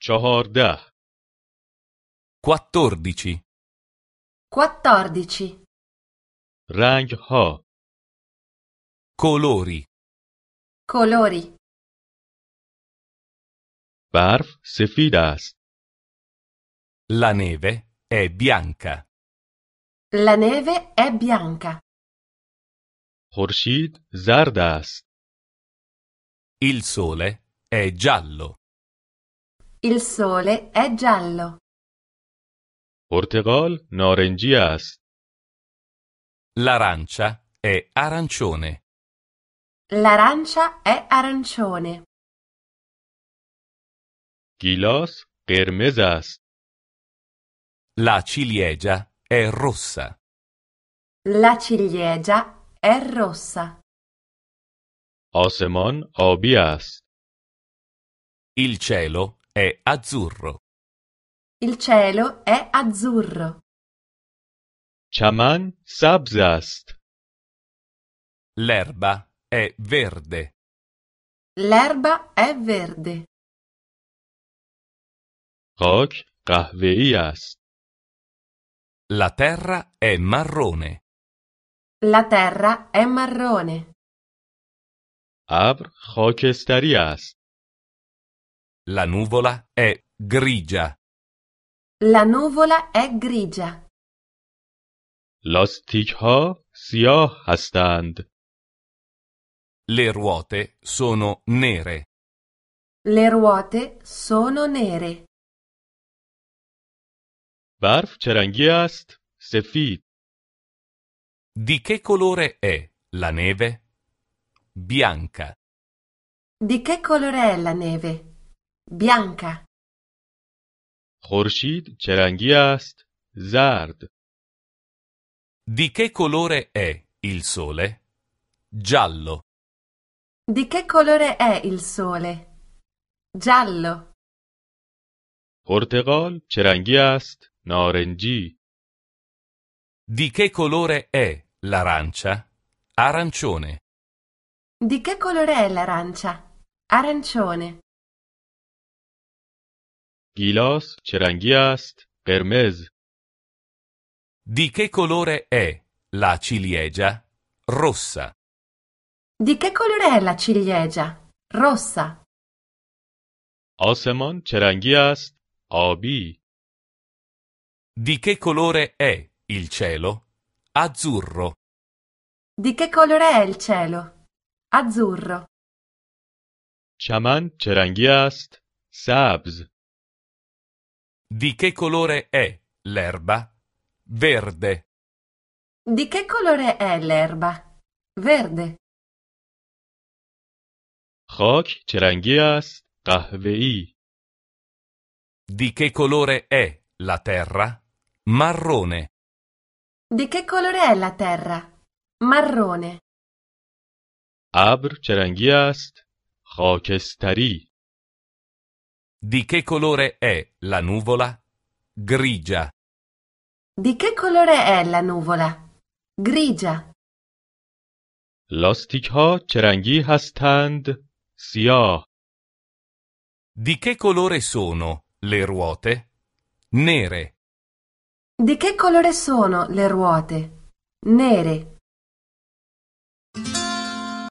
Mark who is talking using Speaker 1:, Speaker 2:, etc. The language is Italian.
Speaker 1: چهارده
Speaker 2: 14.
Speaker 3: 14.
Speaker 1: رنگ ها
Speaker 2: Colori.
Speaker 3: Colori.
Speaker 1: برف سفید است
Speaker 2: La neve è bianca.
Speaker 3: La neve è bianca.
Speaker 1: خورشید زرد است
Speaker 2: Il sole è giallo.
Speaker 3: Il sole è giallo.
Speaker 1: پرتقال نارنجی است
Speaker 2: L'arancia è arancione.
Speaker 3: L'arancia è arancione.
Speaker 1: گیلاس قرمز است
Speaker 2: La ciliegia è rossa.
Speaker 3: La ciliegia è rossa.
Speaker 1: آسمان آبی است
Speaker 2: Il cielo è azzurro.
Speaker 3: Il cielo è azzurro.
Speaker 1: چمن سبز است
Speaker 2: L'erba è verde.
Speaker 3: L'erba è verde.
Speaker 1: خاک قهوه‌ای است
Speaker 2: La terra è marrone.
Speaker 3: La terra è marrone.
Speaker 1: ابر خاکستری است
Speaker 2: La nuvola è grigia.
Speaker 3: La nuvola è grigia.
Speaker 1: لاستیک ها سیاه هستند
Speaker 2: Le ruote sono nere.
Speaker 3: Le ruote sono nere.
Speaker 1: برف چه رنگی است سفید
Speaker 2: Di che colore è la neve? Bianca.
Speaker 3: Di che colore è la neve? Bianca.
Speaker 1: خورشید چه رنگی است زرد
Speaker 2: Di che colore è il sole? Giallo.
Speaker 3: Di che colore è il sole? Giallo.
Speaker 1: پرتقال چه رنگی است نارنجی
Speaker 2: Di che colore è l'arancia? Arancione.
Speaker 3: Di che colore è l'arancia? Arancione.
Speaker 1: گیلاس چه رنگی است قرمز
Speaker 2: Di che colore è la ciliegia? Rossa.
Speaker 3: Di che colore è la ciliegia? Rossa.
Speaker 1: آسمان چه رنگی است آبی
Speaker 2: Di che colore è il cielo? Azzurro.
Speaker 3: Di che colore è il cielo? Azzurro.
Speaker 1: چمن چه رنگی است سبز
Speaker 2: Di che colore è l'erba? Verde.
Speaker 3: Di che colore è l'erba? Verde.
Speaker 1: خاک چه رنگی است قهوه‌ای
Speaker 2: Di che colore è la terra? Marrone.
Speaker 3: Di che colore è la terra? Marrone.
Speaker 1: ابر چه رنگی است خاکستری
Speaker 2: Di che colore è la nuvola? Grigia.
Speaker 3: Di che colore è la nuvola? Grigia.
Speaker 1: لاستیک ها چه رنگی هستند سیاه
Speaker 2: Di che colore sono le ruote? Nere.
Speaker 3: Di che colore sono le ruote? Nere.